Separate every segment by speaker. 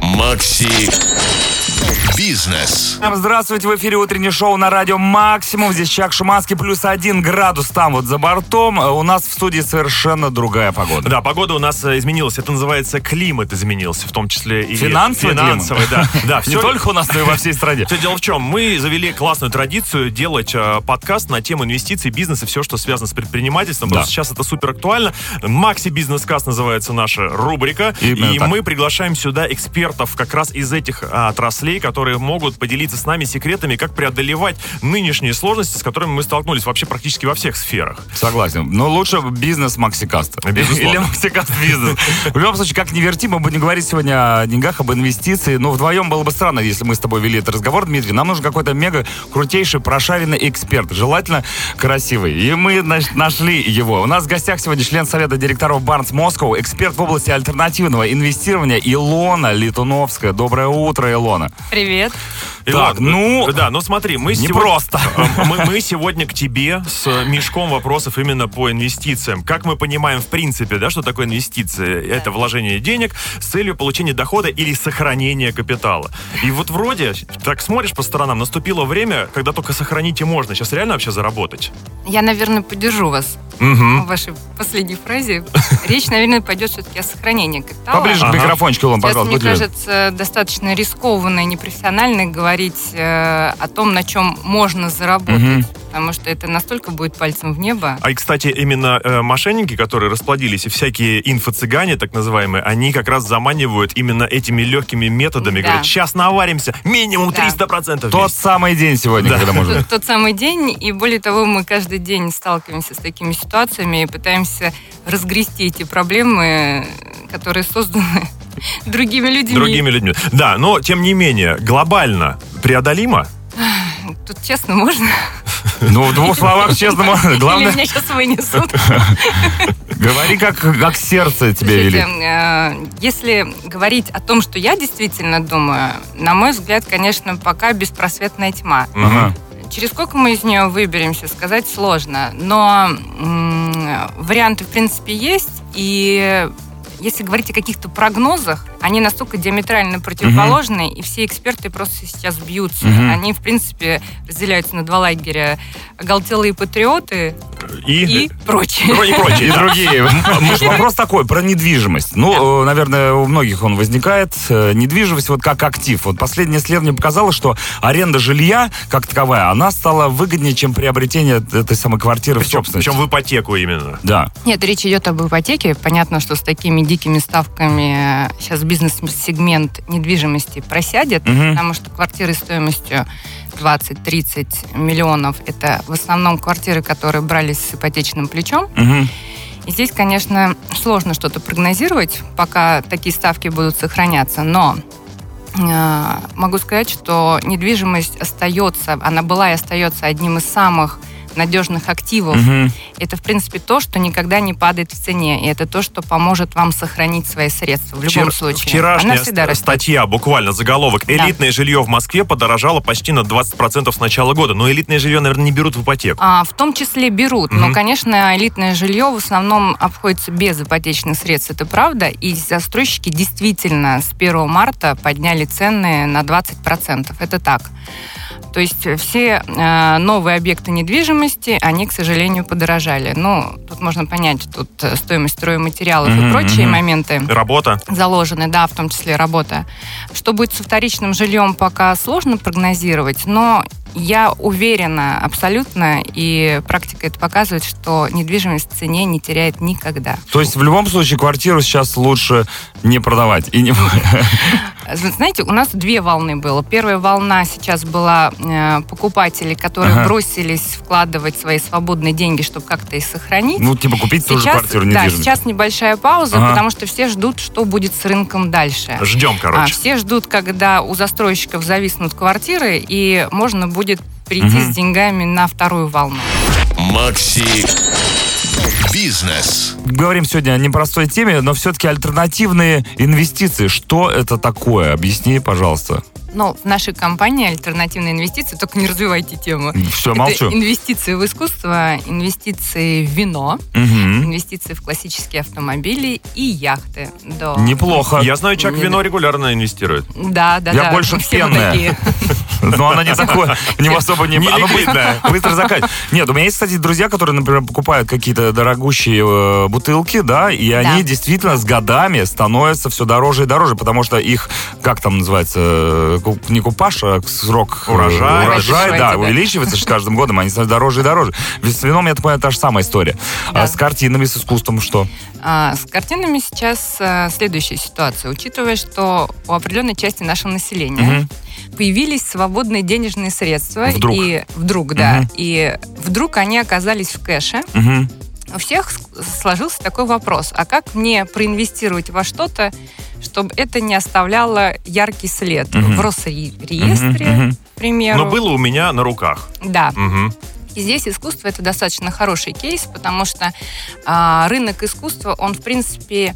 Speaker 1: Макси Бизнес.
Speaker 2: Всем Здравствуйте, в эфире утреннее шоу на радио «Максимум». Здесь Чак Шуманский, плюс один градус там вот за бортом. Э, У нас в студии совершенно другая погода.
Speaker 3: Да, погода у нас э, изменилась. Это называется климат изменился, в том числе и
Speaker 2: Финансовый климат?
Speaker 3: финансовый, да. Да,
Speaker 2: Не
Speaker 3: все,
Speaker 2: только у нас, но и во всей стране.
Speaker 3: все дело в чем? Мы завели классную традицию делать э, подкаст на тему инвестиций, бизнеса, все, что связано с предпринимательством. Потому
Speaker 2: Да.
Speaker 3: что сейчас это супер актуально. Макси Бизнес Касс называется наша рубрика.
Speaker 2: Именно
Speaker 3: и
Speaker 2: так.
Speaker 3: мы приглашаем сюда экспертов как раз из этих а, отраслей, которые могут поделиться с нами секретами, как преодолевать нынешние сложности, с которыми мы столкнулись вообще практически во всех сферах.
Speaker 2: Согласен. Но лучше бизнес Максикаст.
Speaker 3: Безусловно.
Speaker 2: Или Максикаст бизнес. В любом случае, как не верти, мы будем говорить сегодня о деньгах, об инвестиции. Но вдвоем было бы странно, если мы с тобой вели этот разговор, Дмитрий. Нам нужен какой-то мега крутейший, прошаренный эксперт. Желательно красивый. И мы значит, нашли его. У нас в гостях сегодня член Совета директоров Барнс Москоу, эксперт в области альтернативного инвестирования Илона Летуновская. Доброе утро, Илона.
Speaker 4: Привет.
Speaker 2: Так,
Speaker 3: Ладно,
Speaker 2: ну,
Speaker 3: да, ну смотри, мы
Speaker 2: не
Speaker 3: сегодня-
Speaker 2: просто.
Speaker 3: Э, мы, мы сегодня к тебе с э, мешком вопросов именно по инвестициям. Как мы понимаем, в принципе, да, что такое инвестиции? Это вложение денег с целью получения дохода или сохранения капитала. И вот вроде, так смотришь по сторонам, наступило время, когда только сохранить и можно. Сейчас реально вообще заработать?
Speaker 4: Я, наверное, поддержу вас в
Speaker 3: Угу.
Speaker 4: вашей последней фразе. Речь, наверное, пойдет все-таки о сохранении капитала.
Speaker 2: Поближе к
Speaker 3: Ага.
Speaker 2: микрофончику, Илон,
Speaker 4: Сейчас,
Speaker 2: пожалуйста.
Speaker 4: мне
Speaker 2: будь любезен.
Speaker 4: кажется, достаточно рискованно и непрофессионально говорить э, о том, на чем можно заработать.
Speaker 2: Мгм.
Speaker 4: Потому что это настолько будет пальцем в небо.
Speaker 3: А и, кстати, именно э, мошенники, которые расплодились, и всякие инфо-цыгане, так называемые, они как раз заманивают именно этими легкими методами.
Speaker 4: Да.
Speaker 3: Говорят, сейчас наваримся, минимум
Speaker 4: Да.
Speaker 3: 300% в
Speaker 2: Тот
Speaker 3: месяц».
Speaker 2: самый день сегодня, когда можно.
Speaker 4: Тот, тот самый день, и более того, мы каждый день сталкиваемся с такими ситуациями и пытаемся разгрести эти проблемы, которые созданы другими людьми.
Speaker 3: другими людьми. Да, но тем не менее, глобально преодолимо.
Speaker 4: Тут честно можно?
Speaker 2: Ну, в двух словах, честно, можно.
Speaker 4: Или
Speaker 2: главное,
Speaker 4: меня сейчас вынесут?
Speaker 2: говори, как, как сердце тебе
Speaker 4: Слушайте,
Speaker 2: велит.
Speaker 4: э, Если говорить о том, что я действительно думаю, на мой взгляд, конечно, пока беспросветная тьма.
Speaker 2: Ага.
Speaker 4: Через сколько мы из нее выберемся, сказать сложно. Но м, варианты, в принципе, есть. И если говорить о каких-то прогнозах, они настолько диаметрально противоположны, и все эксперты просто сейчас бьются.
Speaker 2: Мгм.
Speaker 4: Они, в принципе, разделяются на два лагеря. Оголтелые патриоты
Speaker 3: И...
Speaker 4: и прочие.
Speaker 3: Про- и
Speaker 2: Ну, И
Speaker 3: прочее.
Speaker 2: другие. М, Вопрос такой, про недвижимость. Ну, э, наверное, у многих он возникает. Э, Недвижимость вот как актив. Вот последнее исследование показало, что аренда жилья, как таковая, она стала выгоднее, чем приобретение этой самой квартиры в
Speaker 3: Причем,
Speaker 2: собственности.
Speaker 3: причем в ипотеку именно.
Speaker 2: Да.
Speaker 4: Нет, речь идет об ипотеке. Понятно, что с такими дикими ставками э, сейчас бизнес-сегмент недвижимости просядет,
Speaker 2: Мгм.
Speaker 4: потому что квартиры стоимостью 20-30 миллионов – это в основном квартиры, которые брались с ипотечным плечом.
Speaker 2: Мгм.
Speaker 4: И здесь, конечно, сложно что-то прогнозировать, пока такие ставки будут сохраняться, но э, могу сказать, что недвижимость остается, она была и остается одним из самых надежных активов
Speaker 2: Мгм.
Speaker 4: это, в принципе, то, что никогда не падает в цене. И это то, что поможет вам сохранить свои средства в любом
Speaker 3: Вчер-
Speaker 4: случае.
Speaker 3: Вчерашняя
Speaker 4: Она всегда
Speaker 3: ст-
Speaker 4: растет.
Speaker 3: статья, буквально заголовок.
Speaker 4: Да.
Speaker 3: Элитное жилье в Москве подорожало почти на 20% с начала года. Но элитное жилье, наверное, не берут в ипотеку.
Speaker 4: А, в том числе берут,
Speaker 3: Мгм.
Speaker 4: но, конечно, элитное жилье в основном обходится без ипотечных средств, это правда. И застройщики действительно с 1 марта подняли цены на 20%, это так. То есть все э, новые объекты недвижимости, они, к сожалению, подорожали. Ну, тут можно понять, тут э, стоимость стройматериалов
Speaker 2: Мгм,
Speaker 4: и прочие
Speaker 2: мгм.
Speaker 4: моменты.
Speaker 3: Работа.
Speaker 4: заложены, да, в том числе работа. Что будет со вторичным жильем, пока сложно прогнозировать, но я уверена абсолютно, и практика это показывает, что недвижимость в цене не теряет никогда.
Speaker 2: То есть в любом случае квартиру сейчас лучше не продавать. И не...
Speaker 4: Зн- Знаете, у нас две волны было. Первая волна сейчас была э, покупателей, которые
Speaker 2: Ага.
Speaker 4: бросились вкладывать свои свободные деньги, чтобы как-то их сохранить.
Speaker 2: Ну, типа купить тоже
Speaker 4: Сейчас,
Speaker 2: квартиру
Speaker 4: да,
Speaker 2: недвижимость.
Speaker 4: сейчас небольшая пауза,
Speaker 2: Ага.
Speaker 4: потому что все ждут, что будет с рынком дальше.
Speaker 3: Ждем,
Speaker 4: А,
Speaker 3: короче.
Speaker 4: все ждут, когда у застройщиков зависнут квартиры, и можно будет прийти
Speaker 2: Мгм.
Speaker 4: с деньгами на вторую волну.
Speaker 1: Макси Бизнес.
Speaker 2: Говорим сегодня о непростой теме, но все-таки альтернативные инвестиции. Что это такое? Объясни, пожалуйста.
Speaker 4: Но в нашей компании альтернативные инвестиции, только не развивайте тему.
Speaker 2: Все,
Speaker 4: Это
Speaker 2: молчу.
Speaker 4: инвестиции в искусство, инвестиции в вино,
Speaker 2: Мгм.
Speaker 4: инвестиции в классические автомобили и яхты. Да.
Speaker 2: Неплохо.
Speaker 3: Я знаю, Чак в вино регулярно инвестирует.
Speaker 4: Да, да,
Speaker 2: Я
Speaker 4: да.
Speaker 2: больше в
Speaker 4: все мы
Speaker 2: пенное.
Speaker 4: такие.
Speaker 2: Но она не такое, не особо не...
Speaker 3: Не
Speaker 2: Она
Speaker 3: ликвидная.
Speaker 2: быстро, быстро заканчивает. Нет, у меня есть, кстати, друзья, которые, например, покупают какие-то дорогущие э, бутылки, да, и они действительно с годами становятся все дороже и дороже, потому что их, как там называется, э, куп- не купаж, а срок э,
Speaker 3: Урожай.
Speaker 2: урожай да,
Speaker 4: Урожай, да.
Speaker 2: увеличивается с каждым годом, они становятся дороже и дороже. Ведь С вином, я так понимаю, та же самая история.
Speaker 4: Да.
Speaker 2: А с картинами, с искусством что?
Speaker 4: А, С картинами сейчас а, следующая ситуация. Учитывая, что у определенной части нашего населения появились свободные денежные средства.
Speaker 2: Вдруг.
Speaker 4: И вдруг, да.
Speaker 2: Мгм.
Speaker 4: И вдруг они оказались в кэше.
Speaker 2: Мгм.
Speaker 4: У всех с- сложился такой вопрос. А как мне проинвестировать во что-то, чтобы это не оставляло яркий след
Speaker 2: Мгм.
Speaker 4: в Росреестре,
Speaker 2: Мгм, Ну, мгм.
Speaker 4: к примеру?
Speaker 3: Но было у меня на руках.
Speaker 4: Да.
Speaker 3: Мгм.
Speaker 4: И здесь искусство это достаточно хороший кейс, потому что а, рынок искусства, он в принципе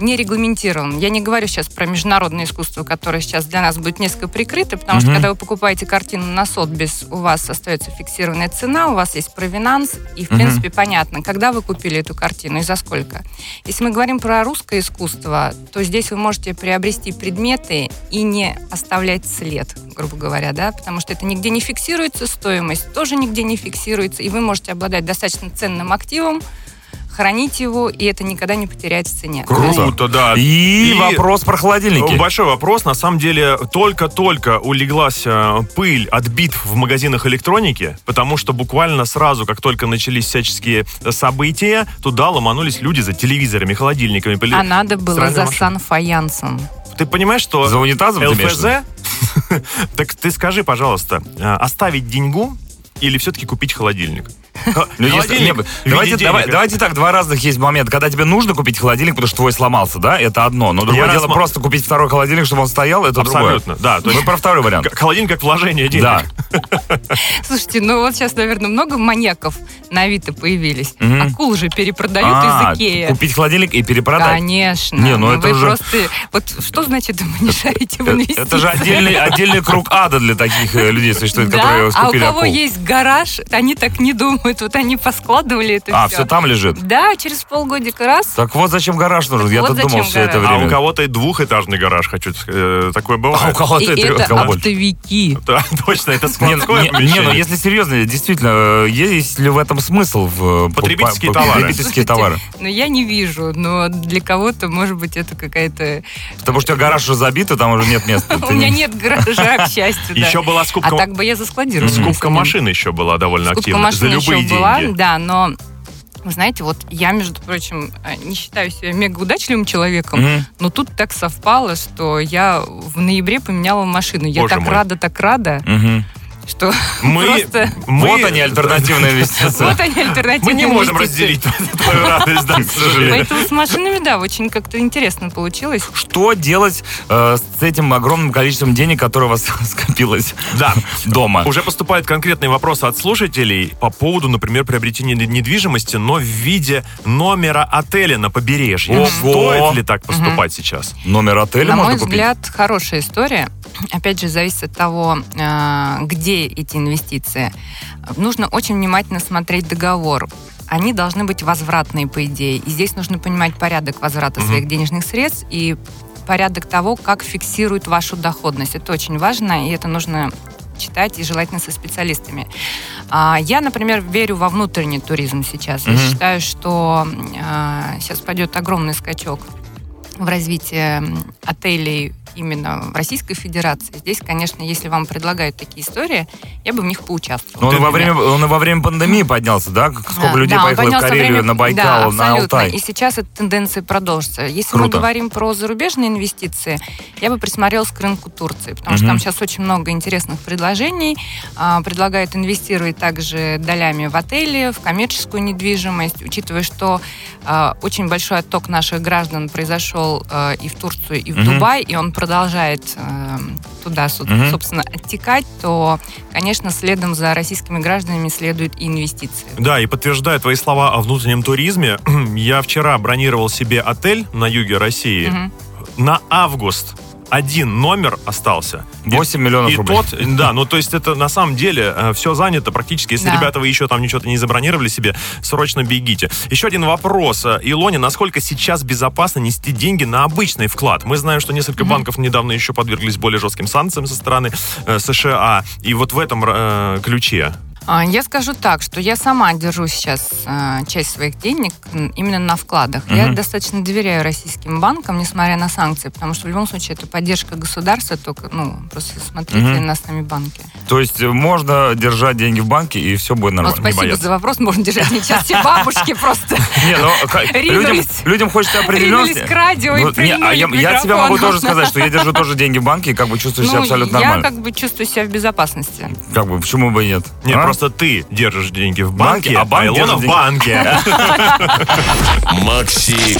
Speaker 4: не регламентирован. Я не говорю сейчас про международное искусство, которое сейчас для нас будет несколько прикрыто, потому что
Speaker 2: Мгм.
Speaker 4: когда вы покупаете картину на Сотбис, у вас остается фиксированная цена, у вас есть провинанс, и в
Speaker 2: Мгм.
Speaker 4: принципе понятно, когда вы купили эту картину и за сколько. Если мы говорим про русское искусство, то здесь вы можете приобрести предметы и не оставлять след, грубо говоря, да, потому что это нигде не фиксируется, стоимость тоже нигде не фиксируется, и вы можете обладать достаточно ценным активом, хранить его, и это никогда не потеряет в цене.
Speaker 2: Круто.
Speaker 3: Круто, да.
Speaker 2: И,
Speaker 3: И-
Speaker 2: вопрос про холодильники.
Speaker 3: Э, Большой вопрос. На самом деле, только-только улеглась э, пыль от битв в магазинах электроники, потому что буквально сразу, как только начались всяческие события, туда ломанулись люди за телевизорами, холодильниками. Пыли-
Speaker 4: А надо было
Speaker 3: Стиральная
Speaker 4: за
Speaker 3: машина.
Speaker 4: Сан-Фаянсом.
Speaker 3: Ты понимаешь, что
Speaker 2: За унитазом ты имеешь в виду?
Speaker 3: ЛФЗ... Так ты скажи, пожалуйста, э, оставить деньгу или все-таки купить холодильник? Х-
Speaker 2: Ну, если-
Speaker 3: холодильник
Speaker 2: не,
Speaker 3: в виде
Speaker 2: давайте, давай-
Speaker 3: денег.
Speaker 2: давайте так, два разных есть момента. Когда тебе нужно купить холодильник, потому что твой сломался, да, это одно. Но другое
Speaker 3: Я
Speaker 2: дело
Speaker 3: рассма-
Speaker 2: просто купить второй холодильник, чтобы он стоял, это
Speaker 3: Абсолютно, да. То
Speaker 2: другое.
Speaker 3: есть
Speaker 2: Мы про второй вариант.
Speaker 3: к- холодильник как вложение денег.
Speaker 2: Да.
Speaker 4: Слушайте, ну вот сейчас, наверное, много маньяков на Авито появились.
Speaker 2: Мгм.
Speaker 4: Акул же перепродают
Speaker 2: А,
Speaker 4: из Икеи.
Speaker 2: Купить холодильник и перепродать.
Speaker 4: Конечно.
Speaker 2: Не, ну это
Speaker 4: вы
Speaker 2: уже-
Speaker 4: просто... Вот что значит вы мешаете в
Speaker 2: Э,
Speaker 4: инвестициях?
Speaker 2: Это же отдельный, отдельный круг ада для таких э, людей существует, которые
Speaker 4: Да, а у
Speaker 2: скупили
Speaker 4: кого
Speaker 2: акул.
Speaker 4: есть гараж, они так не думают. Вот они поскладывали это
Speaker 2: А,
Speaker 4: все.
Speaker 2: все там лежит.
Speaker 4: Да, через полгодика раз.
Speaker 2: Так вот зачем гараж нужен. Я
Speaker 4: Вот
Speaker 2: тут
Speaker 4: зачем
Speaker 2: думал все это
Speaker 4: гараж.
Speaker 2: время.
Speaker 3: А у кого-то и двухэтажный гараж, хочу сказать. Э, Такое
Speaker 2: А у
Speaker 3: бывает.
Speaker 2: кого
Speaker 4: И
Speaker 2: ты
Speaker 4: это
Speaker 2: колокольчик?
Speaker 4: оптовики.
Speaker 3: Да, точно, это
Speaker 2: Не,
Speaker 3: складское
Speaker 2: не- не, ну
Speaker 3: помещение.
Speaker 2: если серьезно, действительно, э, есть ли в этом смысл? В, э,
Speaker 3: Потребительские
Speaker 2: по- по-
Speaker 3: товары.
Speaker 2: Потребительские
Speaker 4: Слушайте,
Speaker 2: товары.
Speaker 4: Ну, я не вижу, но для кого-то, может быть, это какая-то...
Speaker 2: Потому что у тебя гараж уже забит, и там уже нет места.
Speaker 4: У
Speaker 2: Ты
Speaker 4: меня
Speaker 2: не-
Speaker 4: нет гаража, к счастью, да.
Speaker 3: Еще была
Speaker 4: А
Speaker 3: скупка...
Speaker 4: так бы я заскладировала.
Speaker 3: Скупка машин еще была довольно
Speaker 4: Скупка
Speaker 3: активна. За
Speaker 4: машин еще
Speaker 3: любые
Speaker 4: была,
Speaker 3: деньги.
Speaker 4: да, но... Вы знаете, вот я, между прочим, э, не считаю себя мега удачливым человеком,
Speaker 2: Мгм.
Speaker 4: но тут так совпало, что я в ноябре поменяла машину. Я
Speaker 3: Боже
Speaker 4: так
Speaker 3: мой.
Speaker 4: рада, так рада,
Speaker 2: Мгм.
Speaker 4: что
Speaker 3: Мы,
Speaker 4: Ну, просто...
Speaker 3: мы-
Speaker 2: Вот они, альтернативные инвестиции.
Speaker 4: Вот они,
Speaker 3: Мы
Speaker 4: альтернативные
Speaker 3: не можем
Speaker 4: инвестиции.
Speaker 3: разделить твою радость, да, к сожалению.
Speaker 4: Поэтому с машинами, да, очень как-то интересно получилось.
Speaker 2: Что делать э, с этим огромным количеством денег, которое у вас скопилось
Speaker 3: Да.
Speaker 2: дома?
Speaker 3: Уже поступают конкретные вопросы от слушателей по поводу, например, приобретения не- недвижимости, но в виде номера отеля на побережье.
Speaker 2: Ого.
Speaker 3: Стоит ли так поступать сейчас?
Speaker 2: Номер отеля
Speaker 4: На мой
Speaker 2: можно купить?
Speaker 4: взгляд, хорошая история. Опять же, зависит от того, э, где эти инвестиции. Нужно очень внимательно смотреть договор. Они должны быть возвратные, по идее. И здесь нужно понимать порядок возврата
Speaker 3: Мгм.
Speaker 4: своих денежных средств и порядок того, как фиксируют вашу доходность. Это очень важно, и это нужно читать, и желательно со специалистами. А, Я, например, верю во внутренний туризм сейчас. Я
Speaker 2: Мгм.
Speaker 4: считаю, что а, сейчас пойдет огромный скачок в развитии м, отелей именно в Российской Федерации. Здесь, конечно, если вам предлагают такие истории, я бы в них поучаствовала.
Speaker 2: Но Он и, во
Speaker 4: например.
Speaker 2: время, он и во время пандемии поднялся, да? Сколько
Speaker 4: Да,
Speaker 2: людей
Speaker 4: А, да, он
Speaker 2: поехало в
Speaker 4: поднялся
Speaker 2: Карелию,
Speaker 4: время-
Speaker 2: на Байкал,
Speaker 4: да,
Speaker 2: на
Speaker 4: абсолютно.
Speaker 2: Алтай.
Speaker 4: И сейчас эта тенденция продолжится. Если мы
Speaker 2: Круто.
Speaker 4: говорим про зарубежные инвестиции, я бы присмотрелась к рынку Турции, потому что
Speaker 2: Мгм.
Speaker 4: там сейчас очень много интересных предложений. А, Предлагают инвестировать также долями в отели, в коммерческую недвижимость, учитывая, что а, очень большой отток наших граждан произошел а, и в Турцию, и в
Speaker 2: Мгм.
Speaker 4: Дубай, и он продолжает эм, туда, со-
Speaker 2: Мгм.
Speaker 4: собственно, оттекать, то, конечно, следом за российскими гражданами следуют и инвестиции.
Speaker 3: Да, и подтверждая твои слова о внутреннем туризме, я вчера бронировал себе отель на юге России
Speaker 4: Мгм.
Speaker 3: на август. один номер остался. И-
Speaker 2: 8 миллионов
Speaker 3: и
Speaker 2: рублей.
Speaker 3: тот, да, ну то есть это на самом деле все занято практически. Если
Speaker 4: Да.
Speaker 3: ребята вы еще там ничего не забронировали себе, срочно бегите. Еще один вопрос. Э, Илоне, насколько сейчас безопасно нести деньги на обычный вклад? Мы знаем, что несколько банков недавно еще подверглись более жестким санкциям со стороны э, США. И вот в этом э, ключе.
Speaker 4: А, Я скажу так, что я сама держу сейчас э, часть своих денег м, именно на вкладах. Я
Speaker 2: Мгм.
Speaker 4: достаточно доверяю российским банкам, несмотря на санкции, потому что в любом случае это поддержка государства, только, ну, просто смотрите
Speaker 2: Мгм.
Speaker 4: на сами банки.
Speaker 2: То есть э, можно держать деньги в банке, и все будет
Speaker 4: Вот
Speaker 2: нормально. не
Speaker 4: Ну, спасибо
Speaker 2: бояться.
Speaker 4: за вопрос, можно держать не сейчас все бабушки просто.
Speaker 2: Не, ну, ка- людям,
Speaker 4: Ринулись.
Speaker 2: людям хочется определенности.
Speaker 4: Ринулись к радио и
Speaker 2: Ну, не, а я,
Speaker 4: прильнули к
Speaker 2: я тебя могу
Speaker 4: микрофону.
Speaker 2: тоже сказать, что я держу тоже деньги в банке и как бы чувствую себя
Speaker 4: Ну,
Speaker 2: абсолютно
Speaker 4: я
Speaker 2: нормально.
Speaker 4: как бы чувствую себя в безопасности.
Speaker 2: Как... бы, почему бы и нет?
Speaker 3: Нет,
Speaker 2: А?
Speaker 3: просто ты держишь деньги в
Speaker 2: Банке,
Speaker 3: банке,
Speaker 2: а банк
Speaker 3: а Илона
Speaker 2: держит
Speaker 3: в
Speaker 2: деньги.
Speaker 3: банке.
Speaker 1: Макси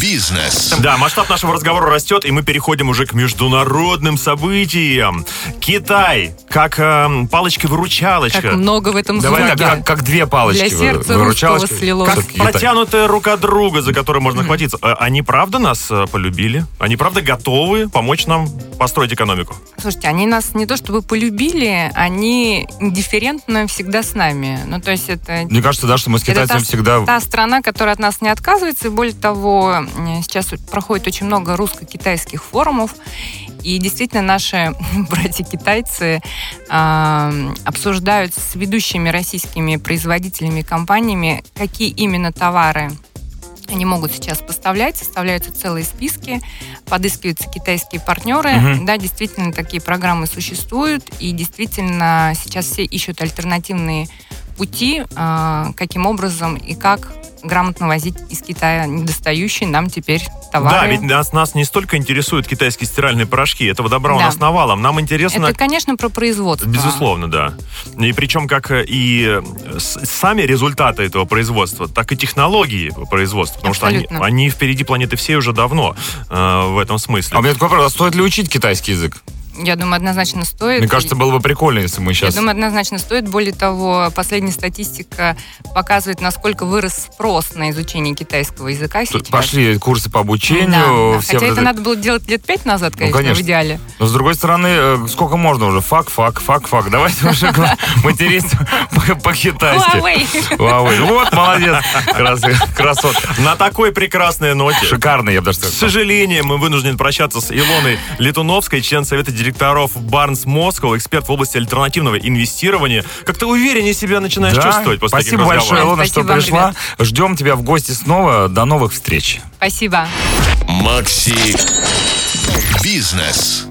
Speaker 1: Бизнес.
Speaker 3: Да, масштаб нашего разговора растет, и мы переходим уже к международным событиям. Китай, как эм, палочка-выручалочка.
Speaker 4: Как много в этом
Speaker 2: Давай
Speaker 4: звуке.
Speaker 2: так, как, как две палочки.
Speaker 4: Ну, Для сердца
Speaker 2: выручалочки.
Speaker 4: русского слилось.
Speaker 2: Как
Speaker 4: Как
Speaker 2: Китай.
Speaker 3: Протянутая рука друга, за которую можно хватиться. Э, Они правда нас э, полюбили? Они правда готовы помочь нам построить экономику?
Speaker 4: Слушайте, они нас не то чтобы полюбили, они индифферентно всегда с нами. Ну, то есть это...
Speaker 2: Мне кажется, да, что мы с
Speaker 4: Это
Speaker 2: китайцами
Speaker 4: та-
Speaker 2: всегда...
Speaker 4: Та страна, которая от нас не отказывается, и более того, м, сейчас проходит очень много русско-китайских форумов, и действительно наши братья-китайцы а, обсуждают с ведущими российскими производителями и компаниями, какие именно товары они могут сейчас поставлять, составляются целые списки, подыскиваются китайские партнеры.
Speaker 2: Мгм.
Speaker 4: Да, действительно, такие программы существуют, и действительно сейчас все ищут альтернативные пути, а, каким образом и как грамотно возить из Китая недостающие нам теперь товары.
Speaker 3: Да, ведь нас, нас не столько интересуют китайские стиральные порошки. Этого добра у
Speaker 4: Да.
Speaker 3: нас навалом. Нам интересно,
Speaker 4: Это, конечно, про производство.
Speaker 3: Безусловно, да. И причем как э, и э, с- сами результаты этого производства, так и технологии производства. Потому что они,
Speaker 4: Абсолютно.
Speaker 3: они впереди планеты всей уже давно э, в этом смысле.
Speaker 2: А у меня такой вопрос, а стоит ли учить китайский язык?
Speaker 4: Я думаю, однозначно стоит.
Speaker 2: Мне кажется, было бы прикольно, если мы
Speaker 4: Я
Speaker 2: сейчас...
Speaker 4: думаю, однозначно стоит. Более того, последняя статистика показывает, насколько вырос спрос на изучение китайского языка сейчас.
Speaker 2: Пошли курсы по
Speaker 4: Да,
Speaker 2: обучению,
Speaker 4: да.
Speaker 2: все
Speaker 4: Хотя
Speaker 2: вот
Speaker 4: это
Speaker 2: это- Ну,
Speaker 4: надо было делать лет пять назад, конечно,
Speaker 2: конечно.
Speaker 4: в идеале.
Speaker 2: Но с другой стороны, э, сколько можно уже? Фак, фак, фак, фак. Давайте уже к- материться по- по-китайски.
Speaker 4: Huawei.
Speaker 2: Huawei. ну Вот, молодец. Крас- Красот.
Speaker 3: На такой прекрасной ноте.
Speaker 2: Шикарный, я бы даже
Speaker 3: К
Speaker 2: сказал.
Speaker 3: сожалению, мы вынуждены прощаться с Илоной Летуновской, член Совета директоров Барнс Москва, эксперт в области альтернативного инвестирования. Как ты увереннее себя начинаешь
Speaker 2: Да.
Speaker 3: чувствовать после
Speaker 2: Спасибо
Speaker 3: таких
Speaker 2: большое,
Speaker 3: разговоров.
Speaker 2: Илона,
Speaker 4: Спасибо
Speaker 2: что
Speaker 4: вам,
Speaker 2: пришла. Ждем тебя в гости снова. До новых встреч.
Speaker 4: Спасибо.
Speaker 1: Макси Бизнес.